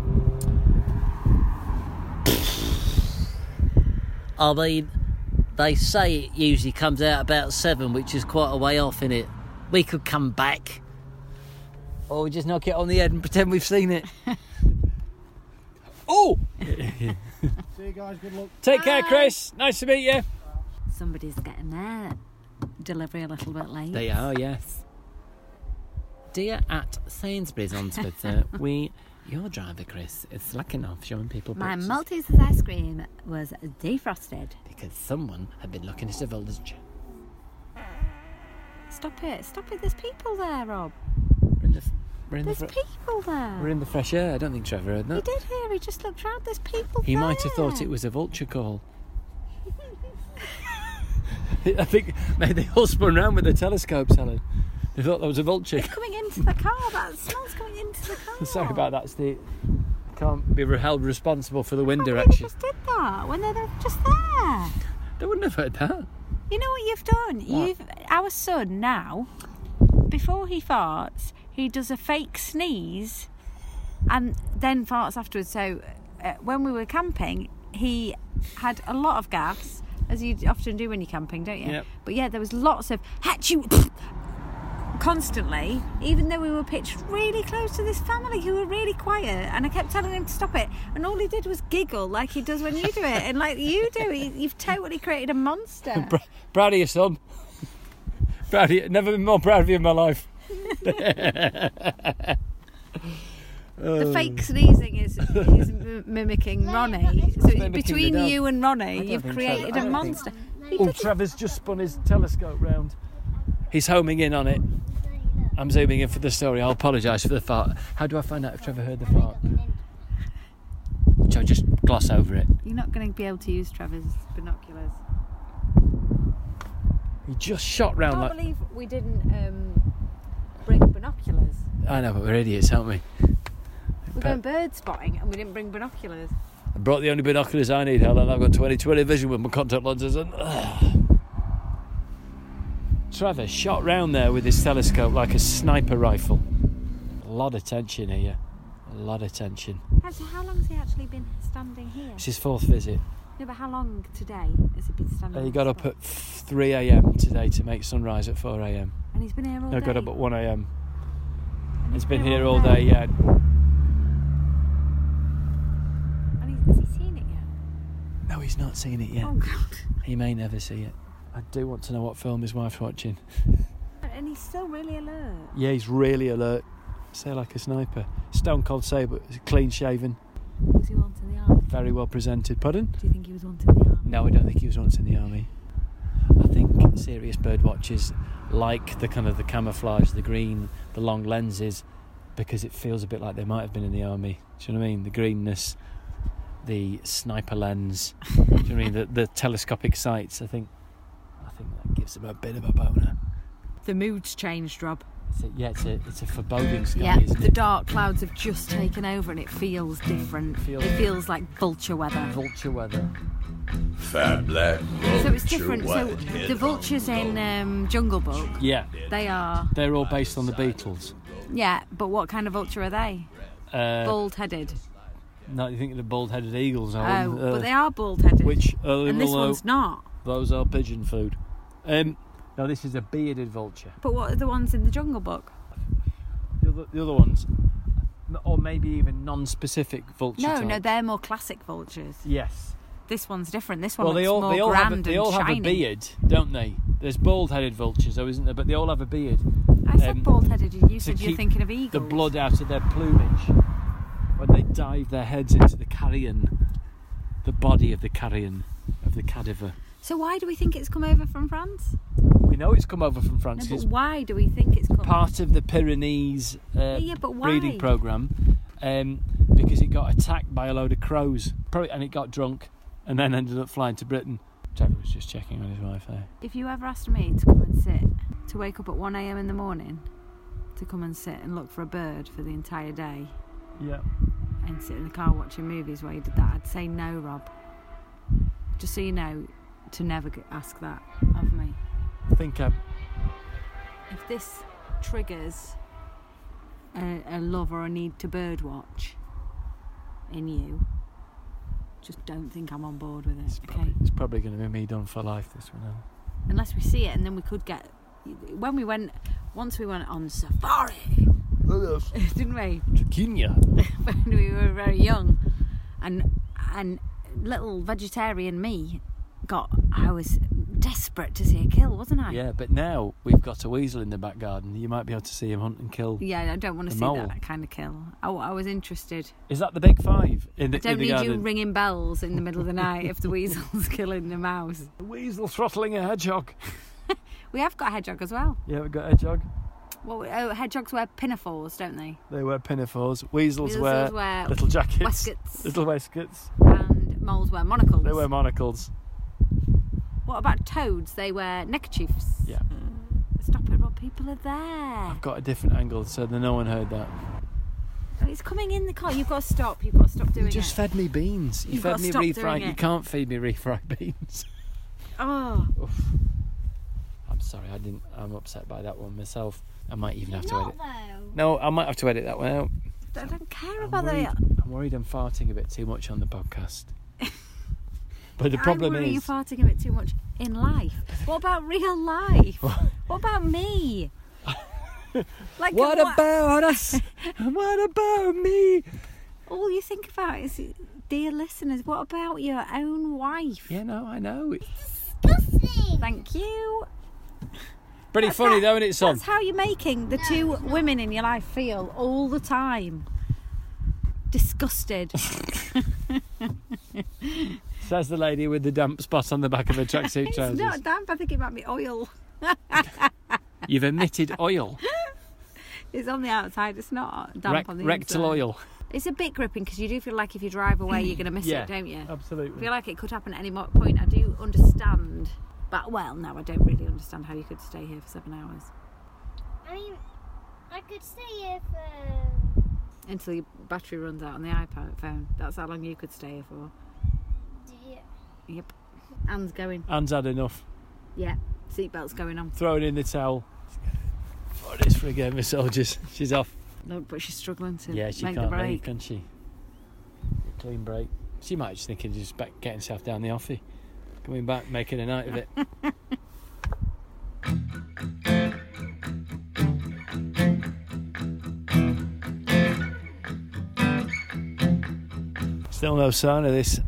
S9: I mean, they say it usually comes out about seven, which is quite a way off, in it. We could come back, or we just knock it on the head and pretend we've seen it.
S1: Oh!
S11: See you guys. Good luck.
S1: Take care, Chris. Nice to meet you.
S2: Somebody's getting their delivery a little bit late.
S9: They are, yes. Dear at Sainsbury's on Twitter, we, your driver Chris, is slacking off showing people
S2: My
S9: pictures
S2: Maltese ice cream was defrosted.
S9: because someone had been looking at a vulture.
S2: Stop it! Stop it! There's people there, Rob.
S1: We're in the, we're in the,
S2: There's
S1: fre-
S2: people there.
S1: we're in the fresh air. I don't think Trevor heard
S2: He
S1: that.
S2: did hear. He just looked round. There's people.
S1: He might have thought
S2: there.
S1: it was a vulture call. I think maybe they all spun round with their telescopes, Helen. They thought there was a vulture.
S2: coming into the car. That smell's coming into the car.
S1: Sorry about that, Steve. Can't be re- held responsible for the wind
S2: They
S1: direction.
S2: just did that when they were just there.
S1: They wouldn't have heard that.
S2: You know what you've done? You've our son now. Before he farts, he does a fake sneeze, and then farts afterwards. So uh, when we were camping, he had a lot of gas, as you often do when you're camping, don't you?
S1: Yep.
S2: But yeah, there was lots of hatchu. Constantly, even though we were pitched really close to this family who were really quiet, and I kept telling him to stop it, and all he did was giggle like he does when you do it, and like you do, he, you've totally created a monster.
S1: Pr- proud of your son. proud of you. Never been more proud of you in my life. Oh.
S2: The fake sneezing is, is m- mimicking Ronnie. So
S1: mimicking
S2: between
S1: the dog.
S2: you and Ronnie, you've
S1: think so.
S2: created
S1: I
S2: a
S1: don't think-
S2: monster. He
S1: Oh,
S2: doesn't-
S1: Trevor's just spun his telescope round. He's homing in on it. I'm zooming in for the story. I apologise for the fart. How do I find out if Trevor heard the fart? Shall I just gloss over it?
S2: You're not going to be able to use Trevor's binoculars.
S1: He just shot
S2: I
S1: round
S2: can't
S1: like.
S2: believe we didn't um, bring binoculars.
S1: I know, but we're idiots, aren't we?
S2: We're
S1: But-
S2: going bird spotting and we didn't bring binoculars.
S1: I brought the only binoculars I need, Helen. I've got 20 20 vision with my contact lenses and. Trevor shot round there with his telescope like a sniper rifle. A lot of tension here. A lot of tension.
S2: Actually, how long's he actually been standing here?
S1: It's his fourth visit.
S2: No, but how long today has he been standing?
S1: He
S2: on
S1: got
S2: the
S1: up
S2: spot?
S1: at 3 a.m. today to make sunrise at 4 a.m.
S2: And he's been here all
S1: No,
S2: day.
S1: got up at 1 a.m.
S2: And
S1: He's been here all day, yeah.
S2: And he's, has he seen it yet?
S1: No, he's not seen it yet.
S2: Oh, God.
S1: He may never see it. I do want to know what film his wife's watching.
S2: And he's still really alert.
S1: Yeah, he's really alert. Say like a sniper. Stone cold saber, clean shaven,
S2: Was he wanting the army?
S1: very well presented. Pardon?
S2: Do you think he was wanting the army?
S1: No, I don't think he was once in the army. I think serious bird watchers like the kind of the camouflage, the green, the long lenses, because it feels a bit like they might have been in the army. Do you know what I mean? The greenness, the sniper lens. do you know what I mean? The, the telescopic sights. I think, I think that gives them a bit of a boner.
S2: The mood's changed, Rob.
S1: It's a, yeah, it's a it's a foreboding sky,
S2: Yeah,
S1: isn't
S2: the
S1: it?
S2: dark clouds have just taken over and it feels different.
S1: Feels-
S2: It feels like vulture weather.
S1: Vulture weather.
S5: Fat black vulture.
S2: So it's different. So
S5: whitehead
S2: the vultures in um, Jungle Book,
S1: Yeah,
S2: they are.
S1: they're all based on the Beatles.
S2: Yeah, but what kind of vulture are they?
S1: Uh,
S2: bald headed.
S1: No, you think of the bald-headed eagles?
S2: Oh,
S1: Alan. Uh,
S2: but they are bald headed.
S1: Which uh,
S2: and this
S1: although
S2: one's not.
S1: Those are pigeon food. Um, no, this is a bearded vulture.
S2: But what are the ones in the Jungle Book?
S1: The other, the other ones, m- or maybe even non-specific vulture.
S2: No,
S1: type.
S2: no, they're more classic vultures.
S1: Yes.
S2: This one's different. This one
S1: Well,
S2: looks
S1: they all
S2: more
S1: they all
S2: grand
S1: have a, they
S2: and
S1: all have
S2: shiny.
S1: a beard, don't they? There's bald-headed vultures, though, isn't there? But they all have a beard.
S2: I said
S1: um,
S2: bald headed, and you
S1: to
S2: said you're
S1: keep
S2: thinking of eagles.
S1: The blood out of their plumage when they dive their heads into the carrion, the body of the carrion, of the cadaver.
S2: So why do we think it's come over from France?
S1: We know it's come over from
S2: No,
S1: France.
S2: but
S1: it's
S2: why do we think it's come?
S1: part of the Pyrenees uh,
S2: Yeah, but why?
S1: breeding program um, because it got attacked by a load of crows probably, and it got drunk and then ended up flying to Britain. Trevor was just checking on his wife there.
S2: If you ever asked me to come and sit, to wake up at 1 a.m. in the morning, to come and sit and look for a bird for the entire day,
S1: Yeah.
S2: and sit in the car watching movies while you did that, I'd say no, Rob. Just so you know, to never g- ask that of me.
S1: I think um, I,
S2: If this triggers a, a love or a need to birdwatch in you, just don't think I'm on board with it, okay?
S1: it's probably going to be me done for life, this one. Now.
S2: Unless we see it, and then we could get. When we went, once we went on safari, didn't we?
S1: Kenya.
S2: when we were very young, and and little vegetarian me got. I was desperate to see a kill, wasn't I?
S1: Yeah, but now we've got a weasel in the back garden. You might be able to see him hunt and kill.
S2: Yeah, I don't want
S1: The
S2: to see
S1: mole.
S2: that kind of kill. I, I was interested.
S1: Is that the big five in the,
S2: I don't
S1: in the
S2: need
S1: garden?
S2: you ringing bells in the middle of the night if the weasel's killing the mouse.
S1: A weasel throttling a hedgehog.
S2: We have got a hedgehog as well.
S1: Yeah, we've got a hedgehog.
S2: Well, oh, hedgehogs wear pinafores, don't they?
S1: They wear pinafores. Weasels,
S2: Weasels
S1: wear,
S2: wear
S1: little jackets.
S2: waistcoats.
S1: Little waistcoats.
S2: And moles wear monocles.
S1: They wear monocles.
S2: What about toads? They wear neckerchiefs.
S1: Yeah.
S2: Stop it, Rob. People are there.
S1: Got a different angle, so that no one heard that.
S2: Oh, It's coming in the car. You've got to stop. You've got to stop doing
S1: You just
S2: it.
S1: fed me beans. You
S2: You've
S1: fed
S2: gotta
S1: me
S2: stop
S1: refried.
S2: doing
S1: You
S2: it.
S1: can't feed me refried beans.
S2: oh,
S1: I'm sorry, I didn't. I'm upset by that one myself. I might even have to edit.
S2: though.
S1: No, I might have to edit that one out.
S2: I don't care
S1: I'm
S2: about uh,
S1: worried,
S2: that.
S1: I'm worried I'm farting a bit too much on the podcast. but the problem
S2: I worry you're
S1: is,
S2: farting a bit too much in life. What about real life? what about me? like
S1: what about us? And what about me?
S2: All you think about is, dear listeners, what about your own wife?
S1: Yeah, no, I know. It's
S2: Thank you.
S1: pretty funny though, isn't it, son?
S2: That's how you're making the two women in your life feel all the time. Disgusted.
S1: Says the lady with the damp spot on the back of her tracksuit
S2: it's
S1: trousers.
S2: not damp. I think it might be oil.
S1: You've emitted oil,
S2: It's on the outside. It's not damp
S1: rec-
S2: on the
S1: rectal
S2: inside.
S1: oil.
S2: It's a bit gripping because you do feel like if you drive away, you're going to miss
S1: Yeah,
S2: it, don't you? I
S1: absolutely.
S2: feel like it could happen at any mo- point. I do understand, but well, no, I don't really understand how you could stay here for seven hours
S6: I mean, I could stay here for.
S2: until your battery runs out on the iPad phone. That's how long you could stay here for.
S6: Yeah.
S2: Yep. Anne's going.
S1: Anne's had enough.
S2: Yeah. Seatbelt's going on.
S1: Throwing in the towel. For this for a game of soldiers. She's off.
S2: Look, but she's struggling to
S1: Yeah, she
S2: make
S1: can't
S2: the
S1: leave,
S2: break.
S1: can she? A clean break. She might just think of just back, getting herself down the offie, coming back, making a night of it. Still no sign of this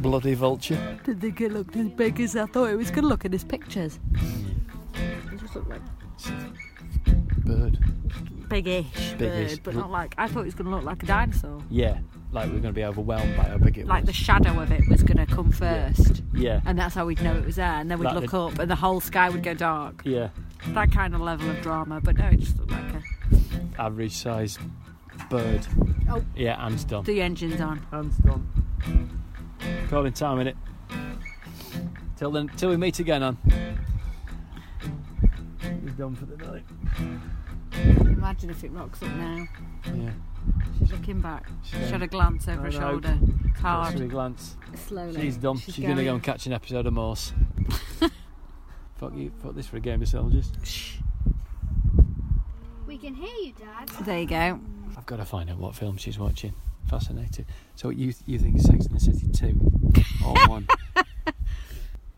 S1: bloody vulture.
S2: Did think it looked as big as I thought it was going to look in his pictures? It just looked like
S1: She
S2: biggish
S1: Biggish.
S2: bird, but not like I thought it was going to look like a dinosaur.
S1: Yeah, like we we're going to be overwhelmed by how big it
S2: Like
S1: was.
S2: the shadow of it was going to come first,
S1: yeah,
S2: and that's how we'd know it was there. And then we'd
S1: Like
S2: look
S1: the-
S2: up, and the whole sky would go dark.
S1: yeah,
S2: That kind of level of drama, but no, it just looked like a
S1: average sized bird.
S2: Oh.
S1: Yeah, hands done.
S2: the engine's on.
S1: Hands done. Calling time in it. Till then, till we meet again on. We're done for the night.
S2: Imagine if it rocks up now.
S1: Yeah.
S2: She's looking back. She
S1: going-
S2: had a glance over
S1: I
S2: her
S1: know.
S2: shoulder. It's hard.
S1: Just a glance.
S2: Slowly.
S1: She's dumb. She's,
S2: She's
S1: going to go
S2: going.
S1: and catch an episode of Morse. fuck you. Fuck this for a game of soldiers.
S6: We can hear you, Dad.
S2: There you go.
S1: I've got to find out what film she's watching. Fascinated. So you you think Sex in the City two or one?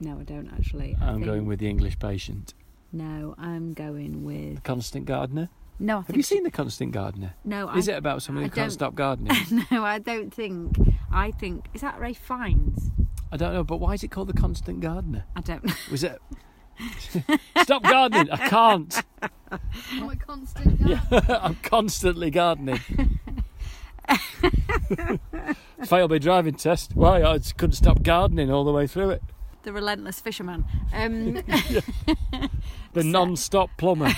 S2: No, I don't actually. I
S1: I'm
S2: think-
S1: going with the English Patient.
S2: No, I'm going with.
S1: Constant Gardener.
S2: No, I
S1: Have you
S2: think.
S1: seen the Constant Gardener?
S2: No,
S1: Is
S2: I-
S1: it about someone
S2: I
S1: who can't
S2: don't-
S1: stop gardening?
S2: no, I don't think. I think. Is that Ray Fiennes?
S1: I don't know, but why is it called the Constant Gardener?
S2: I don't know.
S1: Was it? stop gardening! I can't.
S6: I'm a constant
S1: Yeah, I'm constantly gardening. Failed my driving test. Why? I just couldn't stop gardening all the way through it.
S2: The Relentless Fisherman. Um,
S1: The non-stop plumber.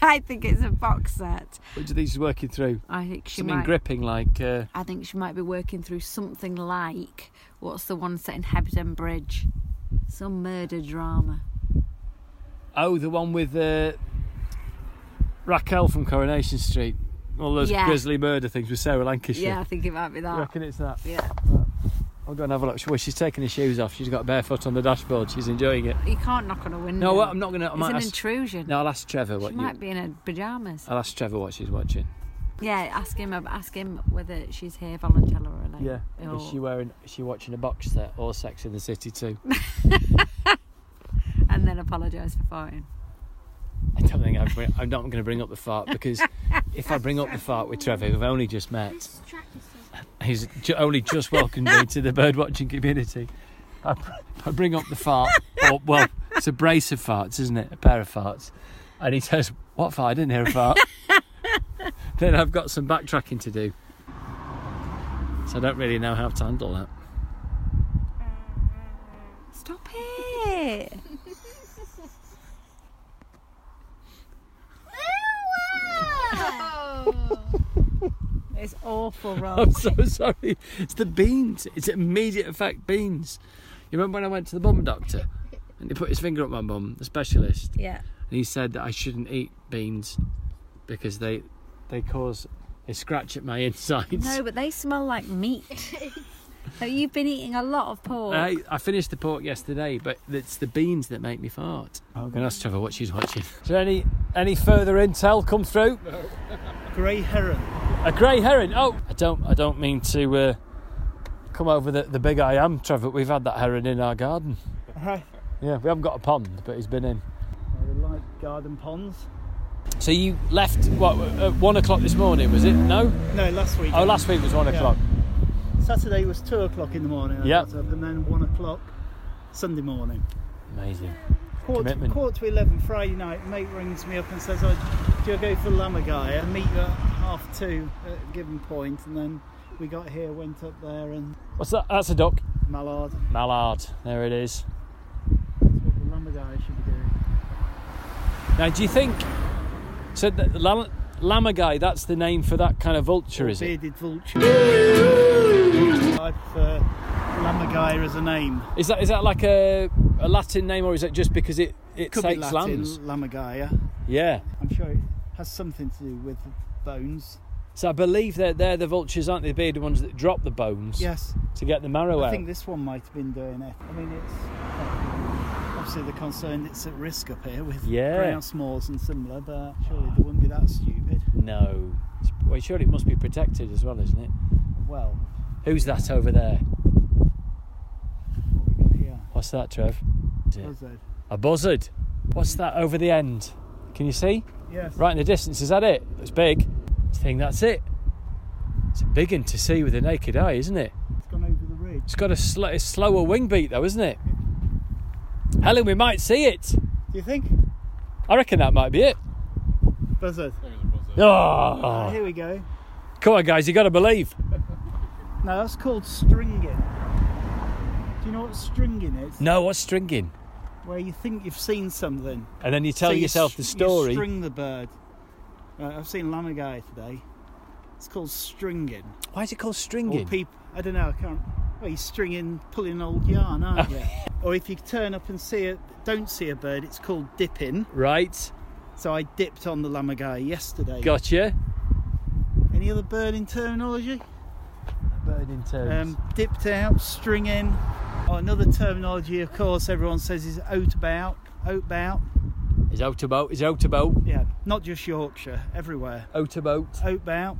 S2: I think it's a box set.
S1: What do you think she's working through?
S2: I think she
S1: Something
S2: might.
S1: gripping like. Uh,
S2: I think she might be working through something like what's the one set in Hebden Bridge? Some murder drama.
S1: oh, the one with uh, Raquel from Coronation Street. All those
S2: Yeah.
S1: grisly murder things with Sarah Lancashire.
S2: Yeah, I think it might be that.
S1: You reckon it's that?
S2: Yeah.
S1: I'll go and have a look. Well, she's taking her shoes off. She's got barefoot on the dashboard. She's enjoying it.
S2: You can't knock on a window.
S1: No, I'm not gonna- I
S2: It's
S1: might
S2: an
S1: ask-
S2: intrusion.
S1: Now I'll ask Trevor what
S2: she
S1: you. Oh.
S2: might be in her pajamas.
S1: I'll ask Trevor what she's watching.
S2: Yeah, ask him. Ask him whether she's here voluntarily.
S1: Yeah.
S2: Or,
S1: Is she wearing? Is she watching a box set or Sex in the City too?
S2: and then apologise for farting.
S1: I don't think I've bring, I'm not going to bring up the fart because if I bring up the fart with Trevor, who I've only just met, he's ju- only just welcomed me to the birdwatching community. I, br- I bring up the fart, or well, it's a brace of farts, isn't it? A pair of farts, and he says, "What fart? I didn't hear a fart." then I've got some backtracking to do, so I don't really know how to handle that.
S2: Stop it!
S6: Oh.
S2: it's awful, Rob.
S1: I'm so sorry. It's the beans. It's immediate effect beans. You remember when I went to the bum doctor and he put his finger up my bum, the specialist,
S2: Yeah.
S1: and he said that I shouldn't eat beans because they they cause a scratch at my insides.
S2: No, but they smell like meat. Now, You've been eating a lot of pork.
S1: I, I finished the pork yesterday, but it's the beans that make me fart. Oh, I'm going to ask Trevor what she's watching. Is there any any further intel come through?
S9: Grey heron.
S1: A grey herring. Oh, I don't. I don't mean to uh, come over the, the big I am, Trevor. We've had that herring in our garden.
S9: Right.
S1: Yeah, we haven't got a pond, but he's been in.
S9: I would like garden ponds.
S1: So you left what at one o'clock this morning, was it? No.
S9: No, last week.
S1: Oh, last week was one
S9: Yeah.
S1: o'clock.
S9: Saturday was two o'clock in the morning. I
S1: Yep.
S9: got up, and then one o'clock Sunday morning.
S1: Amazing.
S9: Quarter,
S1: Commitment.
S9: quarter to eleven Friday night, mate rings me up and says, oh, "Do you go for Lammergeier and meet you at half two at a given point?" And then we got here, went up there, and
S1: What's that? That's a duck.
S9: Mallard.
S1: Mallard. There it is.
S9: That's what the Lammergeier should be doing.
S1: Now, do you think? So the lam- lamagai. That's the name for that kind of vulture, is it?
S9: Bearded vulture. I've uh, Lammergeier as a name.
S1: Is that is that like a a Latin name, or is it just because it it
S9: Could be
S1: takes
S9: Latin,
S1: lambs?
S9: Lammergeier.
S1: Yeah.
S9: I'm sure it has something to do with bones.
S1: So I believe they're, they're the vultures, aren't they? The bearded ones that drop the bones.
S9: Yes.
S1: To get the marrow
S9: I
S1: out.
S9: think this one might have been doing it. I mean, it's obviously they're concerned it's at risk up here with
S1: Yeah.
S9: grouse moors and similar, but surely they wouldn't be that stupid.
S1: No. It's- Well, surely it must be protected as well, isn't it?
S9: Well,
S1: Who's that over there?
S9: what we got here?
S1: What's that, Trev? Is it-
S9: Buzzard.
S1: A buzzard. What's that over the end? Can you see?
S9: Yes.
S1: Right in the distance, is that it? It's big. I think that's it. It's a big one to see with the naked eye, isn't it?
S9: It's gone over the ridge.
S1: It's got a, sl- a slower wing beat, though, isn't it? Helen, we might see it.
S9: Do you think?
S1: I reckon that might be it.
S9: Buzzard. Ah,
S1: Oh.
S9: here we go.
S1: Come on, guys, you got to believe.
S9: No, that's called stringing. Do you know what stringing is?
S1: No, what's stringing?
S9: Where you think you've seen something.
S1: And then you tell
S9: So
S1: yourself
S9: str-
S1: the story.
S9: You string the bird. Right, I've seen llama guy today. It's called stringing.
S1: Why is it called stringing?
S9: Or peop- I don't know. I can't. Well, you're stringing, pulling old yarn, aren't you? or if you turn up and see a, don't see a bird, it's called dipping.
S1: Right.
S9: So I dipped on the llama guy yesterday.
S1: Gotcha.
S9: Any other birding terminology?
S1: Birding
S9: Um, dipped out, stringing. Oh, another terminology, of course, everyone says is out about, out about.
S1: Is out about? Is out about?
S9: Yeah, not just Yorkshire, everywhere.
S1: Out about.
S9: Out about,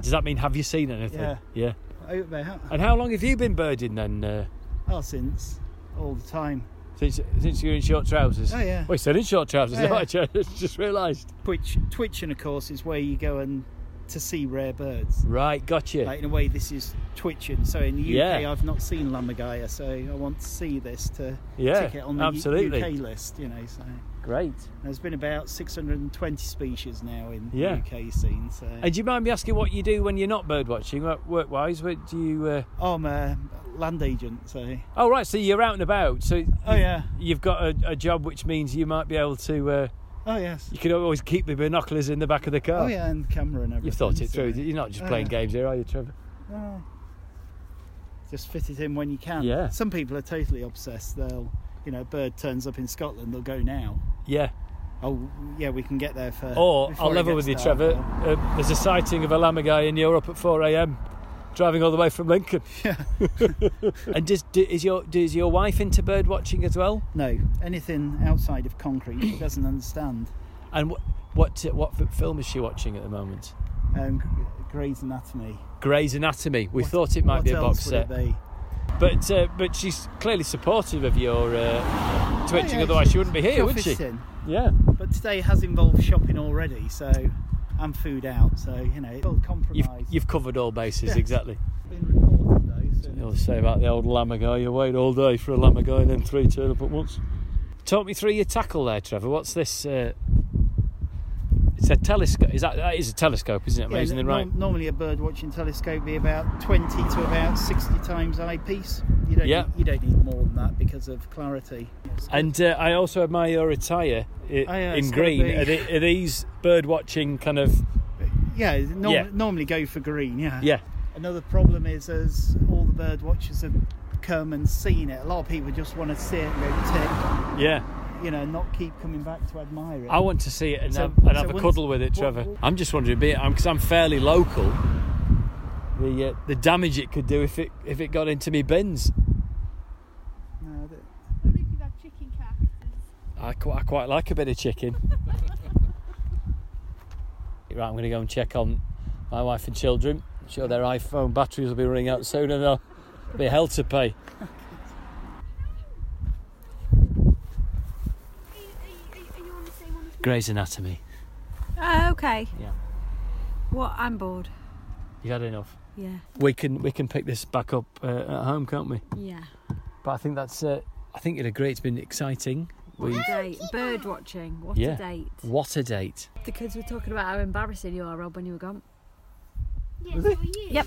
S1: Does that mean have you seen anything?
S9: Yeah.
S1: Yeah.
S9: out about.
S1: And how long have you been birding then? Uh,
S9: Oh, since all the time.
S1: since since you're in short trousers?
S9: Oh, yeah.
S1: Well, you said in short trousers.
S9: Yeah.
S1: I just, just realised.
S9: Twitch, twitching, of course, is where you go and to see rare birds.
S1: Right, gotcha.
S9: Like in a way, this is twitching. So in the UK,
S1: Yeah.
S9: I've not seen Lammergeier, so I want to see this to
S1: Yeah,
S9: tick it on the U-
S1: absolutely.
S9: UK list. You know, so
S1: Great.
S9: there's been about 620 species now in
S1: Yeah.
S9: the UK scene. So
S1: And do you mind me asking what you do when you're not bird watching, work wise? What do you? Uh...
S9: Oh, I'm a land agent, so
S1: Oh right, so you're out and about. So
S9: Oh, yeah.
S1: you've got a, a job which means you might be able to. Uh,
S9: oh yes,
S1: you can always keep the binoculars in the back of the car.
S9: oh yeah, and camera and everything.
S1: You've thought it
S9: so-
S1: through. You're not just
S9: Oh,
S1: playing
S9: yeah.
S1: games here, are you, Trevor?
S9: No. Just fit it in when you can.
S1: Yeah.
S9: Some people are totally obsessed. They'll, you know, a bird turns up in Scotland, they'll go now.
S1: Yeah.
S9: Oh, yeah, we can get there first.
S1: Or I'll level with you, Trevor. Uh, there's a sighting of a llama guy in Europe at 4 a.m. driving all the way from Lincoln.
S9: Yeah.
S1: and does do, is your does your wife into bird watching as well?
S9: No, anything outside of concrete he doesn't understand.
S1: And what what what f- film is she watching at the moment?
S9: Um, Grey's Anatomy.
S1: Grey's Anatomy. We thought it might
S9: what
S1: be a
S9: else
S1: box
S9: would it
S1: set,
S9: be?
S1: but uh, but she's clearly supportive of your uh, twitching.
S9: Oh, yeah,
S1: Otherwise, she
S9: she's-
S1: wouldn't be here,
S9: she'll
S1: would she?
S9: fit in.
S1: Yeah.
S9: But today has involved shopping already, so and food out, so you know it'll
S1: You've,
S9: compromise.
S1: you've covered all bases
S9: Yes.
S1: exactly.
S9: Been reported though, so
S1: You know, they say about the old llama guy, you wait all day for a llama guy and then three turn up at once. Talk me through your tackle there, Trevor. What's this? Uh, it's a telescope. Is that, that is a telescope, isn't it?
S9: Yeah,
S1: Amazing,
S9: no-
S1: right?
S9: normally a bird watching telescope be about 20 to about 60 times eyepiece. You don't,
S1: Yeah.
S9: need, you don't need more than that because of clarity.
S1: And uh, I also admire your attire i-
S9: Oh, yeah, it's
S1: in
S9: gotta
S1: green.
S9: be-
S1: Are, the- are these bird watching kind of?
S9: Yeah, norm-
S1: Yeah.
S9: normally go for green, yeah.
S1: Yeah,
S9: Another problem is as all the bird watchers have come and seen it, a lot of people just want to see it and go
S1: yeah.
S9: tick, you know, not keep coming back to admire it.
S1: I want to see it and,
S9: So-
S1: have, and
S9: so
S1: have a
S9: once-
S1: cuddle with it,
S9: what-
S1: Trevor. I'm just wondering, because I'm, 'cause I'm fairly local, the uh, the damage it could do if it if it got into me bins.
S9: No, that-
S12: Only if you have chicken cactus.
S1: I, qu- I quite like a bit of chicken. right, I'm going to go and check on my wife and children. I'm sure their iPhone batteries will be running out soon and there'll be hell to pay. Grey's Anatomy.
S2: Oh, okay.
S1: Yeah.
S2: What? I'm bored.
S1: You had enough.
S2: Yeah.
S1: We can we can pick this back up uh, at home, can't we?
S2: Yeah.
S1: But I think that's uh, I think you'd agree it's been exciting.
S2: What
S1: We
S2: a date. Bird watching. What
S1: yeah.
S2: a date.
S1: What a date.
S2: The kids were talking about how embarrassing you are, Rob, when you were gone.
S6: Yeah, so are you.
S2: Yep.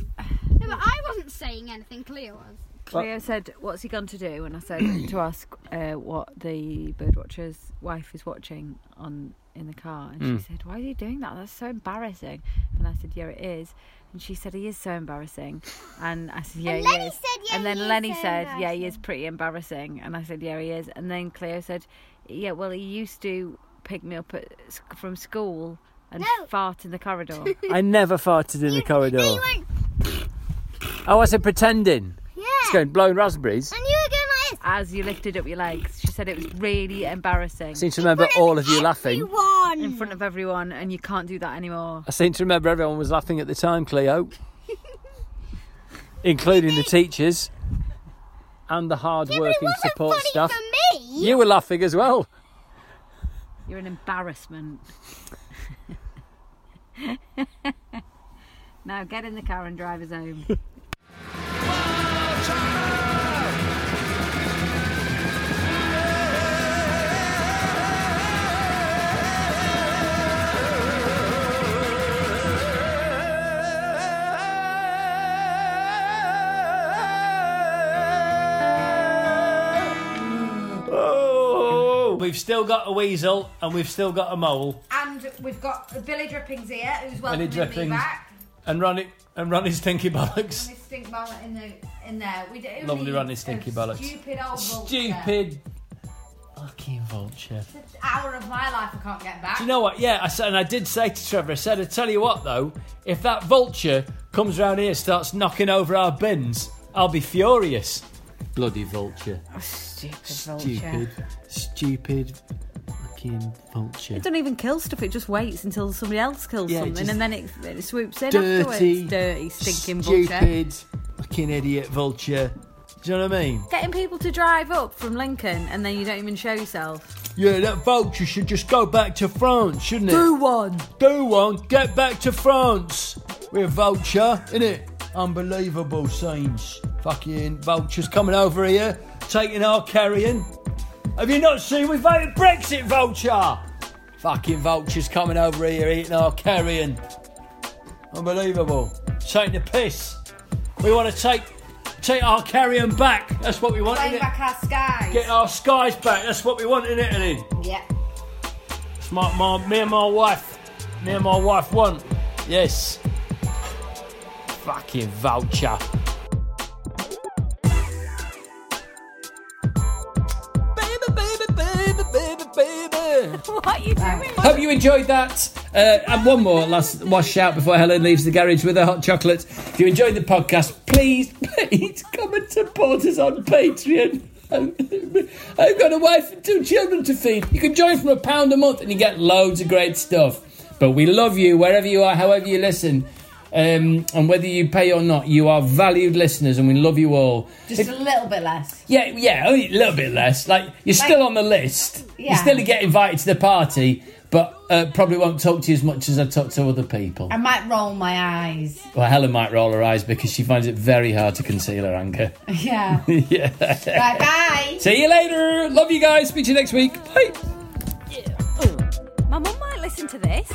S6: No, but I wasn't saying anything. Cleo was.
S2: Cleo said, "What's he going to do?" And I said to ask uh, what the birdwatcher's wife is watching on in the car, and
S13: Mm.
S2: she said, "Why are you doing that? That's so embarrassing." And I said, "Yeah, it is." And she said, "He is so embarrassing." And I said, "Yeah,
S13: And
S2: he
S13: Lenny
S2: is."
S13: said, "Yeah,
S2: and then
S13: he is
S2: Lenny
S13: so
S2: said, "Yeah, he is pretty embarrassing." And I said, "Yeah, he is." And then Cleo said, "Yeah, well, he used to pick me up at, sc- from school." And fart in the corridor.
S1: I never farted in the corridor. Oh, I wasn't pretending.
S2: Yeah.
S1: It's going blown raspberries.
S2: And you were going like this. As you lifted up your legs, she said it was really embarrassing.
S1: I seem to remember all of you laughing.
S2: Everyone. In front of everyone, and you can't do that anymore.
S1: I seem to remember everyone was laughing at the time, Cleo. Including the teachers and the hard working support staff.
S2: me.
S1: You were laughing as well.
S2: You're an embarrassment. now get in the car and drive us home.
S1: Oh. We've still got a weasel and we've still got a mole.
S7: And we've got Billy Drippings here, who's
S1: Billy
S7: welcoming me
S1: Drippings.
S7: back.
S1: And Ronnie and Ronnie's stinky bollocks.
S7: And this stink ball in the in there. We do
S1: Lovely
S7: need
S1: Ronnie's stinky
S7: a
S1: bollocks.
S7: Stupid old vulture.
S1: Stupid fucking vulture.
S7: It's an hour of my life I can't get back.
S1: Do you know what? Yeah, I said, and I did say to Trevor, I said, I tell you what though, if that vulture comes round here and starts knocking over our bins, I'll be furious. Bloody vulture.
S2: Stupid
S14: Stupid, stupid fucking vulture.
S2: It doesn't even kill stuff. It just waits until somebody else kills
S14: Yeah, it
S2: something,
S14: just-
S2: and then it, it swoops in
S14: dirty,
S2: afterwards. Dirty, stinking vulture.
S14: stupid fucking idiot vulture.
S1: Do you know what I mean?
S2: Getting people to drive up from Lincoln and then you don't even show yourself.
S1: Yeah, that vulture should just go back to France, shouldn't it?
S2: Do one.
S1: Do one. Get back to France. We're a vulture, innit? Unbelievable scenes. Fucking vultures coming over here, taking our carrion. Have you not seen we voted Brexit vulture? Fucking vultures coming over here eating our carrion. Unbelievable. Taking the piss. We want to take take our carrion back. That's what we want.
S7: Playing
S1: innit?
S7: back our skies.
S1: Get our skies back. That's what we want in Italy.
S7: yeah.
S1: It's my, my, me and my wife. Me and my wife want. Yes. Fucking voucher.
S2: what are you doing?
S15: Hope you enjoyed that. Uh, and one more last wash shout before Helen leaves the garage with her hot chocolate. If you enjoyed the podcast, please, please come and support us on Patreon. I've got a wife and two children to feed. You can join from a pound a month and you get loads of great stuff. But we love you wherever you are, however you listen. Um, and whether you pay or not, you are valued listeners and we love you all.
S7: Just a little bit less.
S15: Yeah, yeah, only a little bit less. Like you're
S7: Like-
S15: still on the list.
S7: Yeah.
S15: You still get invited to the party, but uh, probably won't talk to you as much as I talk to other people.
S7: I might roll my eyes.
S15: Well, Helen might roll her eyes because she finds it very hard to conceal her anger.
S7: Yeah.
S15: yeah.
S7: bye bye.
S15: See you later. Love you guys. Speak to you next week. Bye.
S2: My mum might listen to this.